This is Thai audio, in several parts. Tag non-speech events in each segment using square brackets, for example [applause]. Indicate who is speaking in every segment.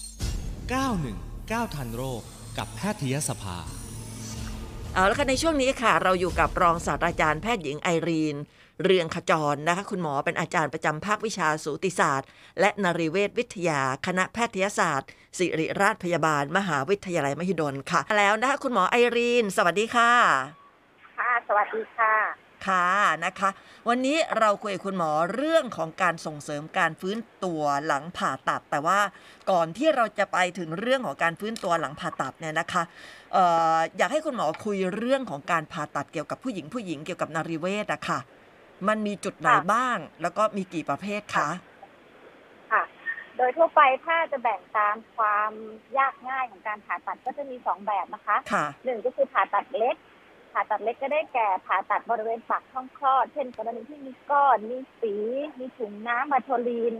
Speaker 1: 919 ทันโรค กับแพทยสภา
Speaker 2: เอาละค่ะในช่วงนี้ค่ะ เราอยู่กับรองศาสตราจารย์แพทย์หญิงไอรีน เรืองขจรนะคะ คุณหมอเป็นอาจารย์ประจำภาควิชาสูติศาสตร์ และนริเวชวิทยา คณะแพทยศาสตร์ ศิริราชพยาบาล มหาวิทยาลัยมหิดลค่ะ แล้วนะคะคุณหมอไอรีน สวัสดีค่ะ
Speaker 3: ค่ะ สวัสดีค่ะ
Speaker 2: ค่ะนะคะ วันนี้เราคุยกับคุณหมอเรื่องของการส่งเสริมการฟื้นตัวหลังผ่าตัด แต่ว่าก่อนที่เราจะไปถึงเรื่องของการฟื้นตัวหลังผ่าตัดเนี่ยนะคะเอออยากให้คุณหมอคุยเรื่องของการผ่าตัดเกี่ยวกับผู้หญิงผู้หญิงเกี่ยวกับนารีเวชอะค่ะ มันมีจุดไหน
Speaker 3: ค่ะ
Speaker 2: บ้าง แล้วก็มีกี่ประเภทคะ
Speaker 3: ค่ะ โดยทั่วไปถ้าจะแบ่งตามความยากง่ายของการผ่าตัดก็จะมีสองแบบนะคะ
Speaker 2: ค่ะ
Speaker 3: หนึ่งก็คือผ่าตัดเล็ก ผ่าตัดเล็กก็ได้แก่ผ่าตัดบริเวณปากช่องคลอด เช่นกรณีที่มีก้อน มีสี มีถุงน้ำมาโทลีน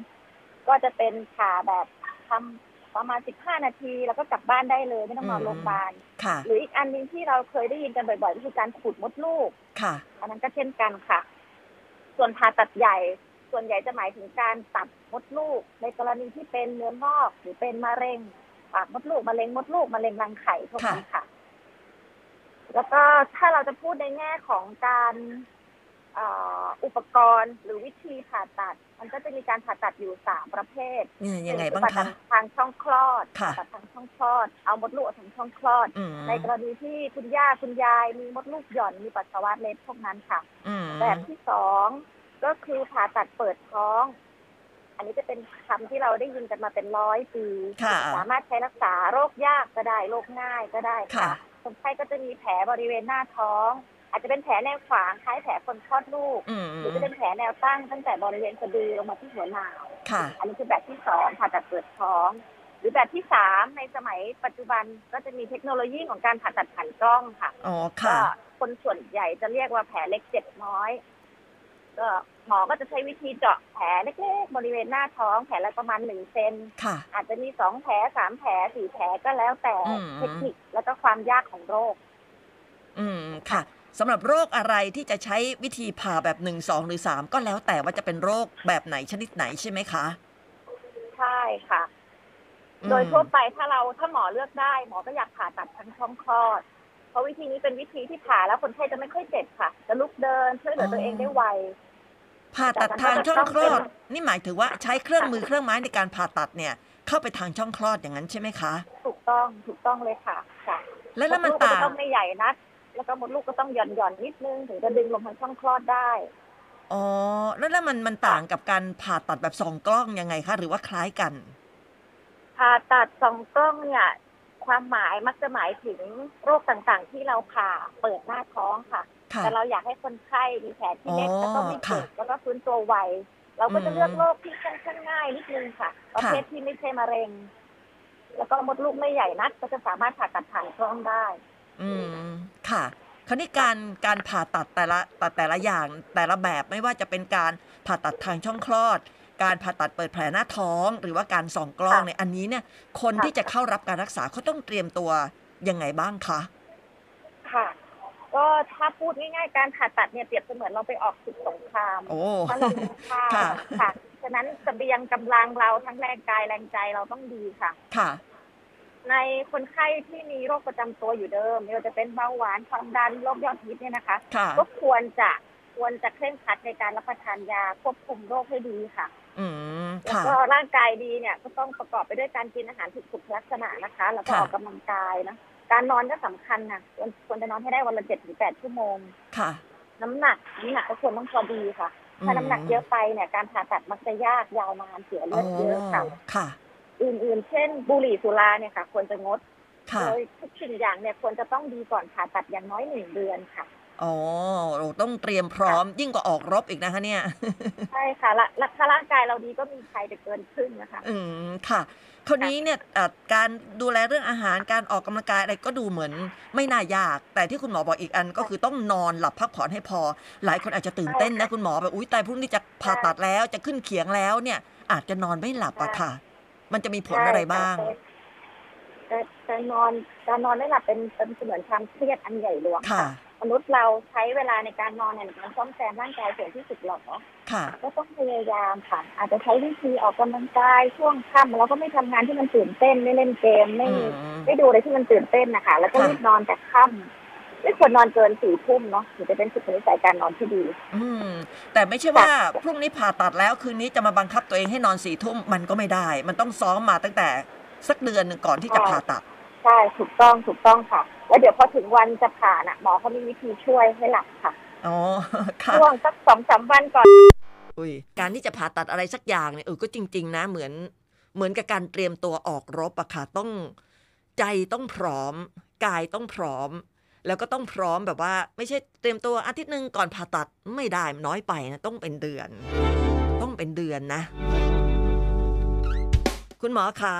Speaker 3: ก็จะเป็นผ่าแบบทำประมาณ 15 นาที แล้วก็กลับบ้านได้เลยไม่ต้องนอน
Speaker 2: อืม
Speaker 3: โรงพยาบาล
Speaker 2: ค่ะ
Speaker 3: หรืออีกอันหนึงที่เราเคยได้ยินกันบ่อยๆก็คือการขูดมดลูก
Speaker 2: ค่ะ
Speaker 3: อันนั้นก็เช่นกันค่ะ ส่วนผ่าตัดใหญ่ ส่วนใหญ่จะหมายถึงการตัดมดลูก ในกรณีที่เป็นเนื้องอกหรือเป็นมะเร็งปากมดลูกมะเร็งมดลูกมะเร็งรังไข่พวกนี้ค่ะ แล้วก็ถ้าเราจะพูดในแง่ของการเอ่ออุปกรณ์หรือวิธีผ่าตัด มันก็จะมีการผ่าตัดอยู่สามประเภท
Speaker 2: เนี่ยยังไงบ้าง
Speaker 3: ผ่าตั
Speaker 2: คะ
Speaker 3: ดทางช่องคลอด
Speaker 2: ค่ะ
Speaker 3: ผ่าตัดทางช่องคลอด เอามดลูกออกทางช่องคลอด
Speaker 2: อืม
Speaker 3: ในกรณีที่คุณย่าคุณยายมีมดลูกหย่อนมีปัสสาวะเล็ดพวกนั้นค่ะ
Speaker 2: อืม
Speaker 3: แบบที่สองก็คือผ่าตัดเปิดท้อง อันนี้จะเป็นคำที่เราได้ยินกันมาเป็นร้อยปี
Speaker 2: ค่ะ
Speaker 3: สามารถใช้รักษาโรคยากก็ได้โรคง่ายก็ได้
Speaker 2: ค่ะ
Speaker 3: ค่ะคนไข้ก็จะมีแผลบริเวณหน้าท้อง อาจจะเป็นแผลแนวขวางคล้ายแผลคนคลอดลูก
Speaker 2: อืม
Speaker 3: หรือจะเป็นแผลแนวตั้งตั้งแต่บริเวณสะดือลงมาที่หัวเหนา
Speaker 2: ค่ะ
Speaker 3: อันนี้คือแบบที่สองผ่าตัดเปิดท้อง หรือแบบที่สามในสมัยปัจจุบันก็จะมีเทคโนโลยีของการผ่าตัดผ่านกล้องค่ะ
Speaker 2: อ๋อ
Speaker 3: ก็
Speaker 2: ค่ะ
Speaker 3: คนส่วนใหญ่จะเรียกว่าแผลเล็กเจ็บน้อย ก็หมอก็จะใช้วิธีเจาะแผลเล็กๆบริเวณหน้าท้องแผลละประมาณหนึ่งเซน
Speaker 2: ค่ะ
Speaker 3: อาจจะมีสองแผลสามแผลสี่แผลก็แล้วแต่
Speaker 2: อืม
Speaker 3: เทคนิคแล้วก็ความยากของโรค
Speaker 2: อืมค่ะสำหรับโรคอะไรที่จะใช้วิธีผ่าแบบหนึ่งสองหรือสามก็แล้วแต่ว่าจะเป็นโรคแบบไหนชนิดไหนใช่ไหมคะ
Speaker 3: ใช่ค่ะ
Speaker 2: อืม
Speaker 3: โดยทั่วไปถ้าเราถ้าหมอเลือกได้หมอก็อยากผ่าตัดทั้งช่องคลอด เพราะวิธีนี้เป็นวิธีที่ผ่าแล้วคนไข้จะไม่ค่อยเจ็บค่ะ จะลุกเดินช่วยเหลือตัวเองได้ไว
Speaker 2: ผ่าตัดทางช่องคลอด นี่หมายถึงว่าใช้เครื่องมือเครื่องไม้ในการผ่าตัดเนี่ย เข้าไปทางช่องคลอดอย่างนั้นใช่ไหมคะ
Speaker 3: ถูกต้องถูกต้องเลยค่ะค่ะ
Speaker 2: แล้วแล้วมัน
Speaker 3: ดลูกก็
Speaker 2: ต่าง
Speaker 3: ต้องไม่ใหญ่นักแล้วก็มดลูกก็ต้องหย่อนหย่อนๆนิดนึงถึงจะดึงลงทางช่องคลอดได้
Speaker 2: อ๋อ แล้วแล้วมันมันต่างกับการผ่าตัดแบบสองกล้องยังไงคะ หรือว่าคล้ายกัน
Speaker 3: ผ่าตัดสองกล้องเนี่ย ความหมายมักจะหมายถึงโรคต่างๆ ที่เราผ่าเปิดหน้าท้องค่ะ
Speaker 2: ค่ะ
Speaker 3: แต่เราอยากให้คนไข้มีแผลที่เล็ก
Speaker 2: อ๋อ
Speaker 3: แล้วก็ไม่เจ็บ
Speaker 2: ค่ะ
Speaker 3: แล้วก็ฟื้นตัวไวเราก็จะเลือก
Speaker 2: อืม
Speaker 3: โรคที่ค่อนข้างง่ายนิดนึงค่ะ ประเภท
Speaker 2: ค่ะ
Speaker 3: ที่ไม่ใช่มะเร็ง แล้วก็มดลูกไม่ใหญ่นักก็จะสามารถผ่าตัดผ่านกล้องได้
Speaker 2: อืมค่ะคราวนี้การการผ่าตัดแต่ละแต่แต่ละอย่างแต่ละแบบไม่ว่าจะเป็นการผ่าตัดทางช่องคลอด การผ่าตัดเปิดแผลหน้าท้อง หรือว่าการส่องกล้อง
Speaker 3: ค่ะ
Speaker 2: เนี่ยอันนี้เนี่ยคน
Speaker 3: ค่ะ
Speaker 2: ที่จะเข้ารับการรักษาเขาต้องเตรียมตัวยังไงบ้างคะ
Speaker 3: ค่ะ ก็ถ้าพูดง่ายๆ การผ่าตัดเนี่ยเปรียบเสมือนเราไปออกศึกสงคราม
Speaker 2: โอ้
Speaker 3: มันมีค่า
Speaker 2: ค่ะ
Speaker 3: ค่ะฉะนั้นเสเบียงกำลังเราทั้งแรงกายแรงใจเราต้องดีค่ะ
Speaker 2: ค่ะ
Speaker 3: ในคนไข้ที่มีโรคประจำตัวอยู่เดิมไม่ว่าจะเป็นเบาหวานความดันโรคยอดฮิตเนี่ยนะคะ
Speaker 2: ค่ะ
Speaker 3: ก็ควรจะควรจะเคร่งครัดในการรับประทานยาควบคุมโรคให้ดีค่ะ
Speaker 2: อืม
Speaker 3: แล้ว
Speaker 2: ค่ะ
Speaker 3: ก็ร่างกายดีเนี่ยก็ต้องประกอบไปด้วยการกินอาหารถูกสุขลักษณะนะคะ แล้วก็
Speaker 2: ค่ะ
Speaker 3: ออกกำลังกายนะการนอนก็สำคัญนะควรควรจะนอนให้ได้วันละเจ็ดถึงแปดชั่วโมง
Speaker 2: ค่ะ
Speaker 3: น้ำหนักน้ำหนักก็ควรต้องพอดีค่ะ ถ้าน้ำหนักเยอะไปเนี่ยการผ่าตัดมักจะยากยาวนานเสียเลื
Speaker 2: อ๋อ
Speaker 3: อดเยอะค่ะ
Speaker 2: ค่ะ
Speaker 3: อื่นๆ เช่น บุหรี่สุราเนี่ยค่ะ ควรจะงด
Speaker 2: ค่ะ
Speaker 3: โดยทุกสิ่งอย่างเนี่ยควรจะต้องดีก่อนผ่าตัดอย่างน้อยหนึ่งเดือนค่ะ
Speaker 2: อ๋อเราต้องเตรียมพร้อมยิ่งกว่าออกรบอีกนะคะเนี่ย
Speaker 3: ใช่ค่ะละละถ้าร่างกายเราดีก็มีใครไปเกินครึ่งนะคะ
Speaker 2: อืมค่ะคราวนี้เนี่ยเอ่อการดูแลเรื่องอาหารการออกกำลังกายอะไรก็ดูเหมือนไม่น่ายาก แต่ที่คุณหมอบอกอีกอันก็คือต้องนอนหลับพักผ่อนให้พอ หลายคนอาจจะตื่นเต้นนะคุณหมอแบบอุ้ยตายพรุ่งนี้จะผ่าตัดแล้วจะขึ้นเขียงแล้วเนี่ย อาจจะนอนไม่หลับอะค่ะ มันจะมีผลอะไรบ้าง
Speaker 3: การนอนการนอนไม่หลับเป็นเป็นเสมือนความเครียดอันใหญ่หลวง
Speaker 2: ค่ะ
Speaker 3: มนุษย์เราใช้เวลาในการนอนเนี่ยในการซ่อมแซมร่างกายส่วนที่สุดหรอ
Speaker 2: ค่ะ
Speaker 3: ก็ต้องพยายามค่ะ อาจจะใช้วิธีออกกำลังกายช่วงค่ำแล้วก็ไม่ทำงานที่มันตื่นเต้นไม่เล่นเกมไม่
Speaker 2: อืม
Speaker 3: ไม่ดูอะไรที่มันตื่นเต้นนะคะ แล้วก็
Speaker 2: ค่ะ
Speaker 3: รีบนอนแต่ค่ำไม่ควรนอนเกินสี่ทุ่มเนาะถึงจะเป็นสุขนิสัยการนอนที่ดี
Speaker 2: อืมแต่ไม่ใช่ว่าพรุ่งนี้ผ่าตัดแล้วคืนนี้จะมาบังคับตัวเองให้นอนสี่ทุ่มมันก็ไม่ได้ มันต้องซ้อมมาตั้งแต่สักเดือนหนึ่งก่อนที่จะผ่าตัด
Speaker 3: ใช่ถูกต้องถูกต้องค่ะ แล้วเดี๋ยวพอถึงวันจะผ่าน่ะหมอเขามีวิธีช่วยให้หลับค่ะ
Speaker 2: อ๋อ ค่ะ
Speaker 3: ช่วงสักสองสามวันก่อน
Speaker 2: อุ๊ยการที่จะผ่าตัดอะไรสักอย่างเนี่ยเออก็จริง ๆ นะเหมือนเหมือนกับการเตรียมตัวออกรบอะค่ะต้องใจต้องพร้อม กายต้องพร้อม แล้วก็ต้องพร้อมแบบว่า ไม่ใช่เตรียมตัวอาทิตย์หนึ่งก่อนผ่าตัดไม่ได้น้อยไปนะต้องเป็นเดือน ต้องเป็นเดือนนะ คุณหมอคะ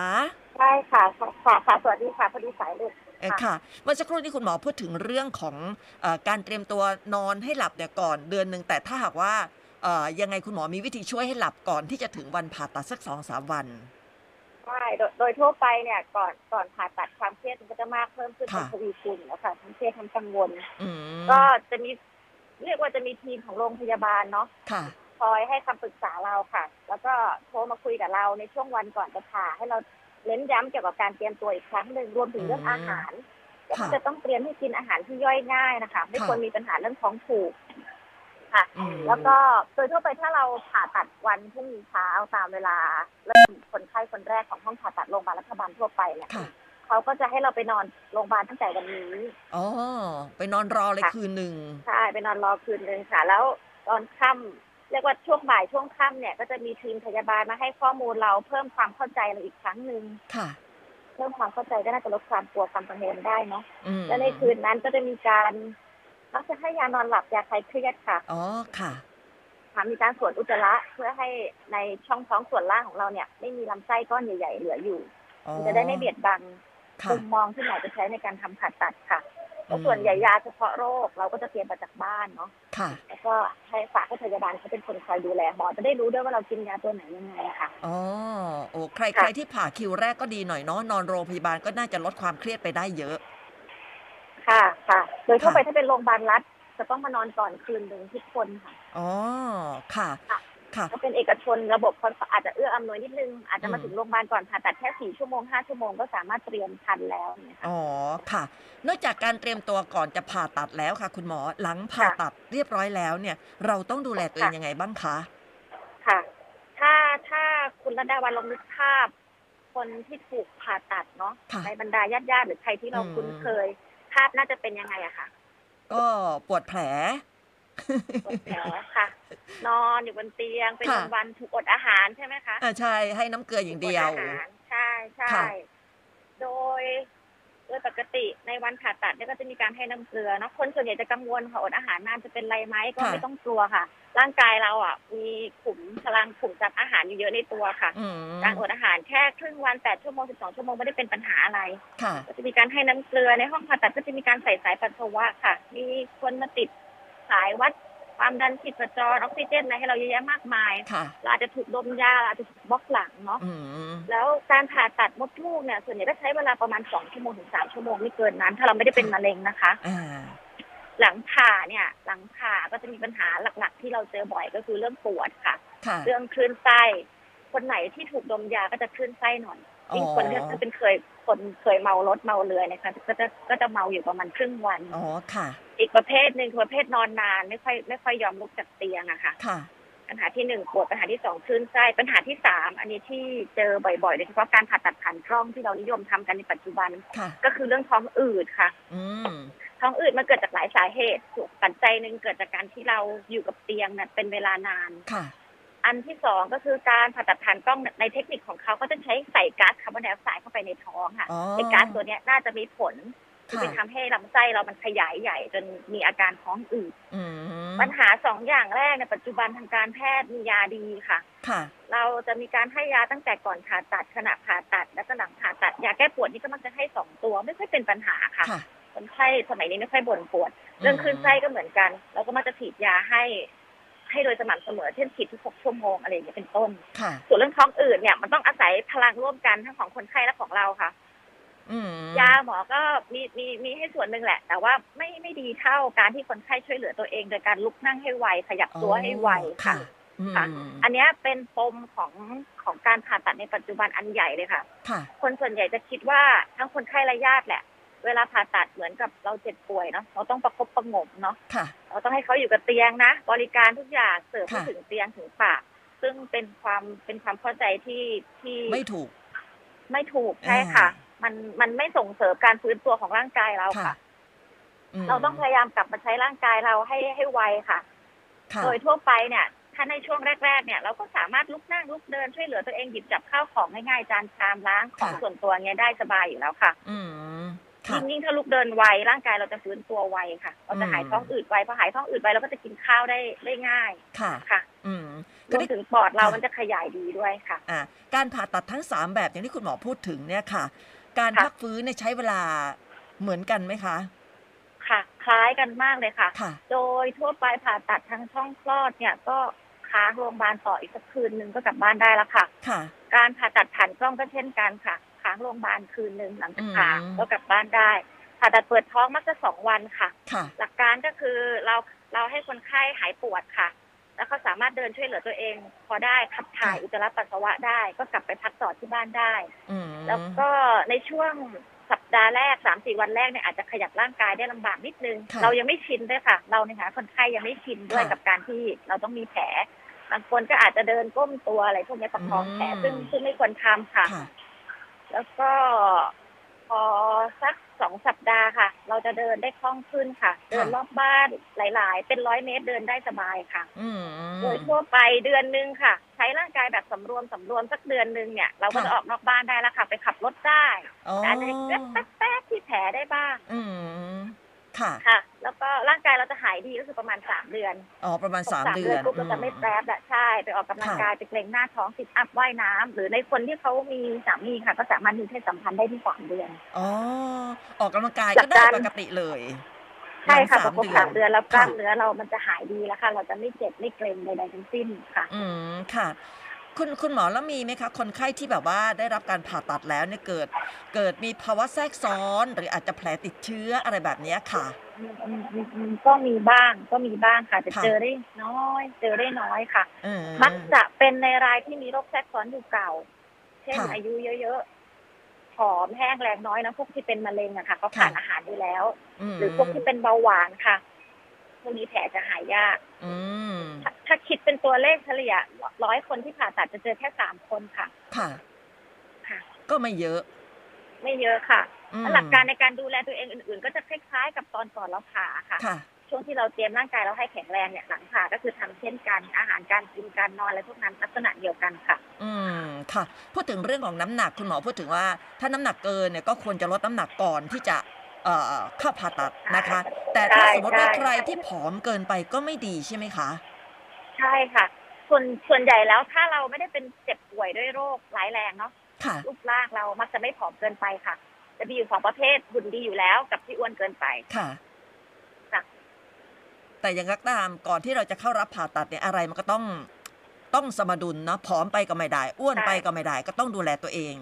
Speaker 3: ใช่ค่ะค่ะค่ะค่ะสวัสดีค่ะพอดีสายหลุด
Speaker 2: เอ่อค่ะเมื่อสักครู่ที่คุณหมอพูดถึงเรื่องของเออการเตรียมตัวนอนให้หลับเนี่ยก่อนเดือนหนึ่งแต่ถ้าหากว่าเอ่อยังไงคุณหมอมีวิธีช่วยให้หลับก่อนที่จะถึงวันผ่าตัดสักสองสามวัน
Speaker 3: ใช่โดยโดยทั่วไปเนี่ยก่อนก่อนผ่าตัดความเครียดมันก็จะมากเพิ่มขึ้นเป็น
Speaker 2: ค่ะ
Speaker 3: ทวีคูณอยู่แล้วค่ะทั้งเครียดทั้งกังวล
Speaker 2: อืม
Speaker 3: ก็จะมีเรียกว่าจะมีทีมของโรงพยาบาลเนาะ
Speaker 2: ค่ะ
Speaker 3: คอยให้คำปรึกษาเราค่ะ แล้วก็โทรมาคุยกับเราในช่วงวันก่อนจะผ่าให้เราเน้นย้ำเกี่ยวกับการเตรียมตัวอีกครั้งหนึ่งรวมถึงเรื่อง
Speaker 2: อืม
Speaker 3: อาหาร
Speaker 2: ค่ะ
Speaker 3: จะต้องเตรียมให้กินอาหารที่ย่อยง่ายนะคะ ไม่
Speaker 2: ค่ะ
Speaker 3: ควรมีปัญหาเรื่องท้องผูกค่ะ
Speaker 2: อืม
Speaker 3: แล้วก็โดยทั่วไปถ้าเราผ่าตัดวันพรุ่งนี้เช้าตามเวลาเริ่มคนไข้คนแรกของห้องผ่าตัดโรงพยาบาลรัฐบาลทั่วไปเนี่ย
Speaker 2: ค่ะ
Speaker 3: เขาก็จะให้เราไปนอนโรงพยาบาลตั้งแต่วันนี้
Speaker 2: อ๋อไปนอนรอเลย
Speaker 3: ค่ะ
Speaker 2: คืนหนึ่ง
Speaker 3: ใช่ไปนอนรอคืนนึงค่ะ แล้วตอนค่ำเรียกว่าช่วงบ่ายช่วงค่ำเนี่ย ก็จะมีทีมพยาบาลมาให้ข้อมูลเราเพิ่มความเข้าใจเราอีกครั้งหนึ่ง
Speaker 2: ค่ะ
Speaker 3: เพิ่มความเข้าใจก็น่าจะลดความกลัวความกังวลได้เนาะ
Speaker 2: อืม
Speaker 3: และในคืนนั้นก็จะมีการมักจะให้ยานอนหลับยาคลายเครียดค่ะ
Speaker 2: อ๋อค่ะ
Speaker 3: ค่ะมีการสวนอุจจาระเพื่อให้ในช่องท้องส่วนล่างของเราเนี่ย ไม่มีลำไส้ก้อนใหญ่ ๆ เหลืออยู่
Speaker 2: อ๋อ
Speaker 3: มันจะได้ไม่เบียดบัง
Speaker 2: ค่ะ
Speaker 3: มุมมองที่หมอจะใช้ในการทำผ่าตัดค่ะ
Speaker 2: อื
Speaker 3: แล้ว
Speaker 2: ม
Speaker 3: ส่วนใหญ่ยาเฉพาะโรคเราก็จะเตรียมมาจากบ้านเนาะ
Speaker 2: ค่ะ
Speaker 3: แล้วก็ให้ฝากให้พยาบาลเขาเป็นคนคอยดูแลหมอจะได้รู้ด้วยว่าเรากินยาตัวไหนยังไงอะค่ะ
Speaker 2: อ๋อโอ้ใคร
Speaker 3: ค่ะ
Speaker 2: ใครที่ผ่าคิวแรกก็ดีหน่อยเนาะนอนโรงพยาบาลก็น่าจะลดความเครียดไปได้เยอะ
Speaker 3: ค่ะค่ะ โดยทั่วไป
Speaker 2: ค่ะ
Speaker 3: ถ้าเป็นโรงพยาบาลรัฐจะต้องมานอนก่อนคืนหนึ่งทุกคนค่ะ
Speaker 2: อ๋อค่ะ
Speaker 3: ค่ะ
Speaker 2: ค่ะ
Speaker 3: ถ้าเป็นเอกชนระบบเขาอาจจะเอื้ออำนวยนิดนึงอาจจะมา
Speaker 2: อืม
Speaker 3: ถึงโรงพยาบาลก่อนผ่าตัดแค่สี่ชั่วโมงห้าชั่วโมงก็สามารถเตรียมทันแล้วอย่างเงี้ยค่ะ
Speaker 2: อ๋อค่ะ นอกจากการเตรียมตัวก่อนจะผ่าตัดแล้วค่ะ คุณหมอหลังผ่าตัดเรียบร้อยแล้วเนี่ย เราต้องดูแลตัวเองยังไงบ้างคะ
Speaker 3: ค่ะ ถ้าถ้าคุณระดาวันลองนึกภาพ คนที่ถูกผ่าตัดเนาะ
Speaker 2: ค่ะ
Speaker 3: ในบรรดาญาติญาติๆหรือใครที่เรา
Speaker 2: อืม
Speaker 3: คุ้นเคย ภาพน่าจะเป็นยังไงอะค่ะ
Speaker 2: ก็ปวดแผล
Speaker 3: ปวดแผลค่ะ นอนอยู่บนเตียงเป็น
Speaker 2: ค่ะ
Speaker 3: วันๆถูกอดอาหารใช่ไหมคะ
Speaker 2: อ่าใช่ให้น้ำเกลืออย่างเดียว
Speaker 3: ถูกอดอาหารใช่ใช่
Speaker 2: ค่ะ
Speaker 3: โดยโดยปกติในวันผ่าตัดเนี่ยก็จะมีการให้น้ำเกลือเนาะคนส่วนใหญ่จะกังวลค่ะอดอาหารนานจะเป็นไรไหมก็ไม่ต้องกลัวค่ะ ร่างกายเราอ่ะ มีขุมพลังขุมจับอาหารอยู่เยอะในตัวค่ะ
Speaker 2: อืม
Speaker 3: การอดอาหารแค่ครึ่งวัน 8 ชั่วโมง 12 ชั่วโมงไม่ได้เป็นปัญหาอะไร
Speaker 2: ค่ะ
Speaker 3: ก็จะมีการให้น้ำเกลือในห้องผ่าตัดก็จะมีการใส่สายปัสสาวะค่ะ มีคนมาติดสายวัดความดันชีพจรออกซิเจนอะไรให้เราเยอะแยะมากมาย
Speaker 2: ค่ะ
Speaker 3: เราอาจจะถูกดมยาเราอาจจะถูกบล็อกหลังเนาะ
Speaker 2: อืม
Speaker 3: แล้วการผ่าตัดมดลูกเนี่ยส่วนใหญ่ก็ใช้เวลาประมาณ 2 ชั่วโมงถึง 3 ชั่วโมงไม่เกินนั้น ถ้าเราไม่ได้เป็นมะเร็งนะคะ
Speaker 2: อ่า
Speaker 3: หลังผ่าเนี่ยหลังผ่าก็จะมีปัญหาหลัก ๆ ที่เราเจอบ่อยก็คือเรื่องปวดค่ะ
Speaker 2: ค่ะ
Speaker 3: เรื่องคลื่นไส้ คนไหนที่ถูกดมยาก็จะคลื่นไส้หน่อย
Speaker 2: อ๋อ
Speaker 3: ยิ่งคนที่เป็นเคยคนเคยเมารถเมาเรือเนี่ยค่ะก็จะก็จะเมาอยู่ประมาณครึ่งวัน
Speaker 2: อ๋อ ค่ะ
Speaker 3: อีกประเภทหนึ่งคือประเภทนอนนานไม่ค่อยไม่ค่อยยอมลุกจากเตียงอะค่ะ
Speaker 2: ค่ะ
Speaker 3: ปัญหาที่หนึ่งปวดปัญหาที่สองคลื่นไส้ปัญหาที่สามอันนี้ที่เจอบ่อยๆโดยเฉพาะการผ่าตัดผ่านกล้องที่เรานิยมทำกันในปัจจุบัน
Speaker 2: ค่ะ
Speaker 3: ก็คือเรื่องท้องอืดค่ะ
Speaker 2: อืม
Speaker 3: ท้องอืดมันเกิดจากหลายสาเหตุส่วนปัจจัยหนึ่งเกิดจากการที่เราอยู่กับเตียงเนี่ยเป็นเวลานาน
Speaker 2: ค่ะ
Speaker 3: อันที่สองก็คือการผ่าตัดผ่านกล้องในเทคนิคของเขาก็จะใช้ใส่ก๊าซคาร์บอนไดออกไซด์เข้าไปในท้องค่ะ
Speaker 2: อ๋อ
Speaker 3: ไอ้ก๊าซตัวเนี้ยน่าจะมีผลที่
Speaker 2: ค่ะ
Speaker 3: ไปทำให้ลำไส้เรามันขยายใหญ่ จนมีอาการท้องอืด
Speaker 2: อืม
Speaker 3: ปัญหาสองอย่างแรกในปัจจุบันทางการแพทย์มียาดีค่ะ
Speaker 2: ค่ะ
Speaker 3: เราจะมีการให้ยาตั้งแต่ก่อนผ่าตัดขณะผ่าตัด และก็หลังผ่าตัดยาแก้ปวดนี่ก็มักจะให้สองตัวไม่ค่อยเป็นปัญหาค่ะ
Speaker 2: ค่ะ
Speaker 3: คนไข้สมัยนี้ไม่ค่อยบ่นปวด เรื่องคลื่นไส้ก็เหมือนกันเราก็มักจะฉีดยาให้ ให้โดยสม่ำเสมอเช่นฉีดทุกหกชั่วโมงอะไรอย่างเงี้ยเป็นต้น
Speaker 2: ค่ะ
Speaker 3: ส่วนเรื่องท้องอืดเนี่ยมันต้องอาศัยพลังร่วมกันทั้งของคนไข้และของเราค่ะ
Speaker 2: อืม
Speaker 3: ยาหมอก็มีมีมีให้ส่วนหนึ่งแหละ แต่ว่าไม่ไม่ดีเท่าการที่คนไข้ช่วยเหลือตัวเอง โดยการลุกนั่งให้ไวขยับตัวให้ไว
Speaker 2: อ๋อค่ะอืม
Speaker 3: ค่ะ อันเนี้ยเป็นปมของของการผ่าตัดในปัจจุบันอันใหญ่เลยค่ะ
Speaker 2: ค่ะ
Speaker 3: คนส่วนใหญ่จะคิดว่าทั้งคนไข้และญาติแหละ เวลาผ่าตัดเหมือนกับเราเจ็บป่วยเนาะเราต้องประคบประหงมเนาะ
Speaker 2: ค่ะ
Speaker 3: เราต้องให้เขาอยู่กับเตียงนะ บริการทุกอย่างเสิร์ฟให้
Speaker 2: ค่ะ
Speaker 3: ถึงเตียงถึงปาก ซึ่งเป็นความเป็นความเข้าใจที่ที่
Speaker 2: ไม่ถูก
Speaker 3: ไม่ถูกใช่
Speaker 2: อ่า
Speaker 3: ค่ะ มันมันไม่ส่งเสริมการฟื้นตัวของร่างกายเรา
Speaker 2: ค่ะ
Speaker 3: ค่ะ
Speaker 2: ม
Speaker 3: เราต้องพยายามกลับมาใช้ร่างกายเราให้ให้ไวค่ะ
Speaker 2: ค่ะ
Speaker 3: โดยทั่วไปเนี่ย ถ้าในช่วงแรก ๆ เนี่ย เราก็สามารถลุกนั่งลุกเดินช่วยเหลือตัวเองหยิบจับข้าวของง่ายๆจานชามล้างของส่วนตัวเงี้ยได้สบายอยู่แล้วค่ะ
Speaker 2: อืมค่ะ
Speaker 3: ยิ่งยิ่งถ้าลุกเดินไวร่างกายเราจะฟื้นตัวไวค่ะเราจะหายท้องอืดไวพอหายท้องอืดไวเราก็จะกินข้าวได้ได้ง่าย
Speaker 2: ค่ะ
Speaker 3: ค่ะ
Speaker 2: อืม
Speaker 3: ร
Speaker 2: ก็
Speaker 3: วม
Speaker 2: ได้
Speaker 3: ถึงปอดเรา
Speaker 2: ค่ะ
Speaker 3: มันจะขยายดีด้วยค่ะ
Speaker 2: อ่าการผ่าตัดทั้ง 3 แบบอย่างที่คุณหมอพูดถึงเนี่ยค่ะ การ
Speaker 3: ค่ะ
Speaker 2: พักฟื้นเนี่ยใช้เวลาเหมือนกันไหมคะ
Speaker 3: ค่ะ คล้ายกันมากเลยค่ะ
Speaker 2: ค่ะ
Speaker 3: โดยทั่วไปผ่าตัดทางช่องคลอดเนี่ยก็ค้างโรงพยาบาลต่ออีกสักคืนหนึ่งก็กลับบ้านได้ละค่ะ
Speaker 2: ค่ะ
Speaker 3: การผ่าตัดผ่านกล้องก็เช่นกันค่ะ ค้างโรงพยาบาลคืนหนึ่งหลังจากผ่า
Speaker 2: อืม
Speaker 3: ก็กลับบ้านได้ ผ่าตัดเปิดท้องมักจะสองวันค่ะ
Speaker 2: ค่ะ
Speaker 3: หลักการก็คือเราเราให้คนไข้หายปวดค่ะ แล้วเขาสามารถเดินช่วยเหลือตัวเอง พอได้ขับถ่าย
Speaker 2: ค่ะ
Speaker 3: อุจจาระปัสสาวะได้ ก็กลับไปพักต่อที่บ้านได้
Speaker 2: อืม
Speaker 3: แล้วก็ในช่วงสัปดาห์แรกสามสี่วันแรกเนี่ยอาจจะขยับร่างกายได้ลำบากนิดนึง
Speaker 2: ะ
Speaker 3: เรายังไม่ชินด้วยค่ะ เราในฐานะคนไข้ยังไม่ชินด้วย
Speaker 2: ค่ะ
Speaker 3: กับการที่เราต้องมีแผลบางคนก็อาจจะเดินก้มตัวอะไรพวกเนี้ยประคองแผล
Speaker 2: อืม
Speaker 3: ซึ่งซึ่งไม่ควรทำค่ะ
Speaker 2: ค่ะ
Speaker 3: แล้วก็พอสักสองสัปดาห์ค่ะ เราจะเดินได้คล่องขึ้นค่ะ เดินรอบบ้านหลาย ๆ เป็นร้อยเมตรเดินได้สบายค่ะ
Speaker 2: อืม
Speaker 3: โดยทั่วไปเดือนหนึ่งค่ะ ใช้ร่างกายแบบสำรวมสำรวมสักเดือนหนึ่งเนี่ย เราก็
Speaker 2: ค่ะ
Speaker 3: จะออกนอกบ้านได้แล้วค่ะ ไปขับรถได้
Speaker 2: อ๋อ
Speaker 3: อาจจะเล็บแป๊กๆที่แผลได้บ้าง
Speaker 2: อืมค่ะ
Speaker 3: ค่ะ แล้วก็ร่างกายเราจะหายดีก็คือประมาณสามเดือน
Speaker 2: อ๋อ ประมาณ
Speaker 3: ครบ
Speaker 2: 3 เดือน
Speaker 3: ปุ๊บเราจะไม่แปรบแหละใช่ ไปออกกำลังกายไปเกรงหน้าท้องติดอัพว่ายน้ำหรือในคนที่เขามีสามีค่ะ ก็สามารถมีเพศสัมพันธ์ได้ที่สามเดือน
Speaker 2: อ๋อ ออกกำลังกาย
Speaker 3: จั
Speaker 2: ก็
Speaker 3: ด
Speaker 2: ได้
Speaker 3: การ
Speaker 2: ปกติเลย
Speaker 3: ใช่ค่ะ
Speaker 2: ห
Speaker 3: ป
Speaker 2: ลั
Speaker 3: ระ
Speaker 2: ง
Speaker 3: กบสามเดือนแล้วก
Speaker 2: ค่ะ
Speaker 3: ล้ามเนื้อเรามันจะหายดีแล้วค่ะ เราจะไม่เจ็บไม่เกร็งใดๆทั้งสิ้นค่ะ
Speaker 2: อืมค่ะ คุณคุณหมอแล้วมีไหมคะ คนไข้ที่แบบว่าได้รับการผ่าตัดแล้วเนี่ยเกิด เกิดมีภาวะแทรกซ้อน หรืออาจจะแผลติดเชื้ออะไรแบบเนี้ยค่ะ
Speaker 3: อืมอืมอืมอืมก็มีบ้างก็มีบ้างค่ะแต่
Speaker 2: ค่ะ
Speaker 3: เจอได้น้อย เจอได้น้อยค่ะ
Speaker 2: อื
Speaker 3: มักจะเป็นในรายที่มีโรคแทรกซ้อนอยู่เก่า เช่น
Speaker 2: ค่ะ
Speaker 3: อายุเยอะๆผอมแห้งแรงน้อยนะพวกที่เป็นมะเร็งอะค่ะเขาขาด
Speaker 2: ค่ะ
Speaker 3: อาหารไปแล้ว
Speaker 2: ม
Speaker 3: หรือพวกที่เป็นเบาหวานค่ะพวกนี้แผลจะหายยาก
Speaker 2: อืม
Speaker 3: ถ้าถ้าคิดเป็นตัวเลขเฉลี่ยร้อยคนที่ผ่าตัดจะเจอแค่สามคนค่ะ
Speaker 2: ค่ะ
Speaker 3: ค่ะ
Speaker 2: ก็ไม่เยอะ
Speaker 3: ไม่เยอะค่ะ
Speaker 2: อืม
Speaker 3: และหลักการในการดูแลตัวเองอื่น ๆ ก็จะคล้ายๆ กับตอนก่อนเราผ่าค่ะ
Speaker 2: ค่ะ
Speaker 3: ช่วงที่เราเตรียมร่างกายเราให้แข็งแรงเนี่ยหลังผ่าก็คือทำเช่นกัน อาหารการกินการนอนอะไรพวกนั้นลักษณะเดียวกันค่ะ
Speaker 2: อืมค่ะ พูดถึงเรื่องของน้ำหนักคุณหมอพูดถึงว่า ถ้าน้ำหนักเกินเนี่ยก็ควรจะลดน้ำหนักก่อนที่จะเอ่อเข้าผ่าตัดนะคะ แต่ถ้า
Speaker 3: ใช่
Speaker 2: สมมติว่า
Speaker 3: ใช่
Speaker 2: ใครที่ผอมเกินไปก็ไม่ดีใช่ไหมคะ
Speaker 3: ใช่ค่ะ ส่วนส่วนใหญ่แล้วถ้าเราไม่ได้เป็นเจ็บป่วยด้วยโรคร้ายแรงเนาะ
Speaker 2: ค่ะ
Speaker 3: รูปร่างเรามักจะไม่ผอมเกินไปค่ะ จะมีอยู่สองประเภทหุ่นดีอยู่แล้วกับที่อ้วนเกินไป
Speaker 2: ค่ะ
Speaker 3: ค่ะ
Speaker 2: แต่อยังรักตามก่อนที่เราจะเข้ารับผ่าตัดเนี่ยอะไรมันก็ต้องต้องสมดุลเนาะผอมไปก็ไม่ได้ อ้วนไปก็ไม่ได้ ก็ต้องดูแลตัวเอง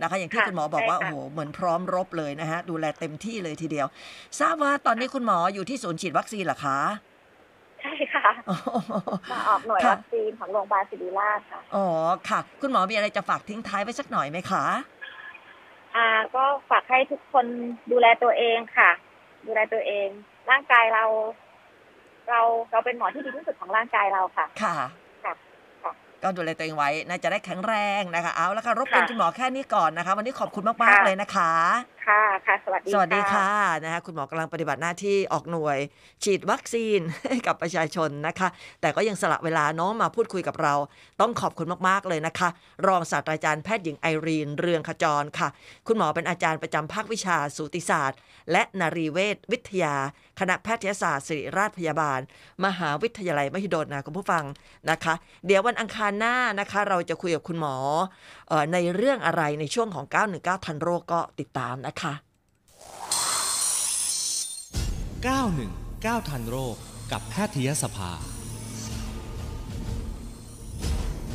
Speaker 2: นะคะ อย่างที่
Speaker 3: ค่ะ
Speaker 2: คุณหมอบอกว่า
Speaker 3: ใช่
Speaker 2: โอ้
Speaker 3: ค่ะ
Speaker 2: โหเหมือนพร้อมรบเลยนะฮะ ดูแลเต็มที่เลยทีเดียว ทราบว่าตอนนี้คุณหมออยู่ที่ศูนย์ฉีดวัคซีนเหรอ
Speaker 3: [laughs]
Speaker 2: คะ
Speaker 3: ใช่ค่ะ
Speaker 2: อ๋อ
Speaker 3: มาออกหน่วย
Speaker 2: ค่ะ
Speaker 3: วัคซีนของโรงพยาบาลศิริราชค่ะ
Speaker 2: อ๋อค่ะ คุณหมอมีอะไรจะฝากทิ้งท้ายไว้สักหน่อยไหมคะ
Speaker 3: อ่าก็ฝากให้ทุกคนดูแลตัวเองค่ะ ดูแลตัวเอง ร่างกายเรา เราเราเป็นหมอที่ดีที่สุดของร่างกายเราค่ะ
Speaker 2: ค่ะ
Speaker 3: ค่ะค่ะ
Speaker 2: ก็ดูแลตัวเองไว้น่าจะได้แข็งแรงนะคะ เอาละค่ะรบกวน
Speaker 3: ค่ะ
Speaker 2: คุณหมอแค่นี้ก่อนนะคะ วันนี้ขอบคุณมากๆ
Speaker 3: ค่ะ
Speaker 2: เลยนะคะ
Speaker 3: ค่ะ ค่ะ สวัสดี
Speaker 2: สวัสดีค่ะนะคะคุณหมอกำลังปฏิบัติหน้าที่ออกหน่วย ฉีดวัคซีน [laughs] ให้กับประชาชนนะคะ แต่ก็ยังสละเวลาเน้องมาพูดคุยกับเรา ต้องขอบคุณมากๆเลยนะคะ รองศาสตราจารย์แพทย์หญิงไอรีน เรืองขจรค่ะ คุณหมอเป็นอาจารย์ประจำภาควิชาสูติศาสตร์ และนารีเวชวิทยา คณะแพทยศาสตร์ศิริราชพยาบาล มหาวิทยาลัยมหิดลนะคุณผู้ฟังนะคะ เดี๋ยววันอังคารหน้านะคะ เราจะคุยกับคุณหมอเออในเรื่องอะไรในช่วงของ 919 ทันโรคก็ติดตามนะคะ
Speaker 1: 919 ทันโรคกับแพทยสภา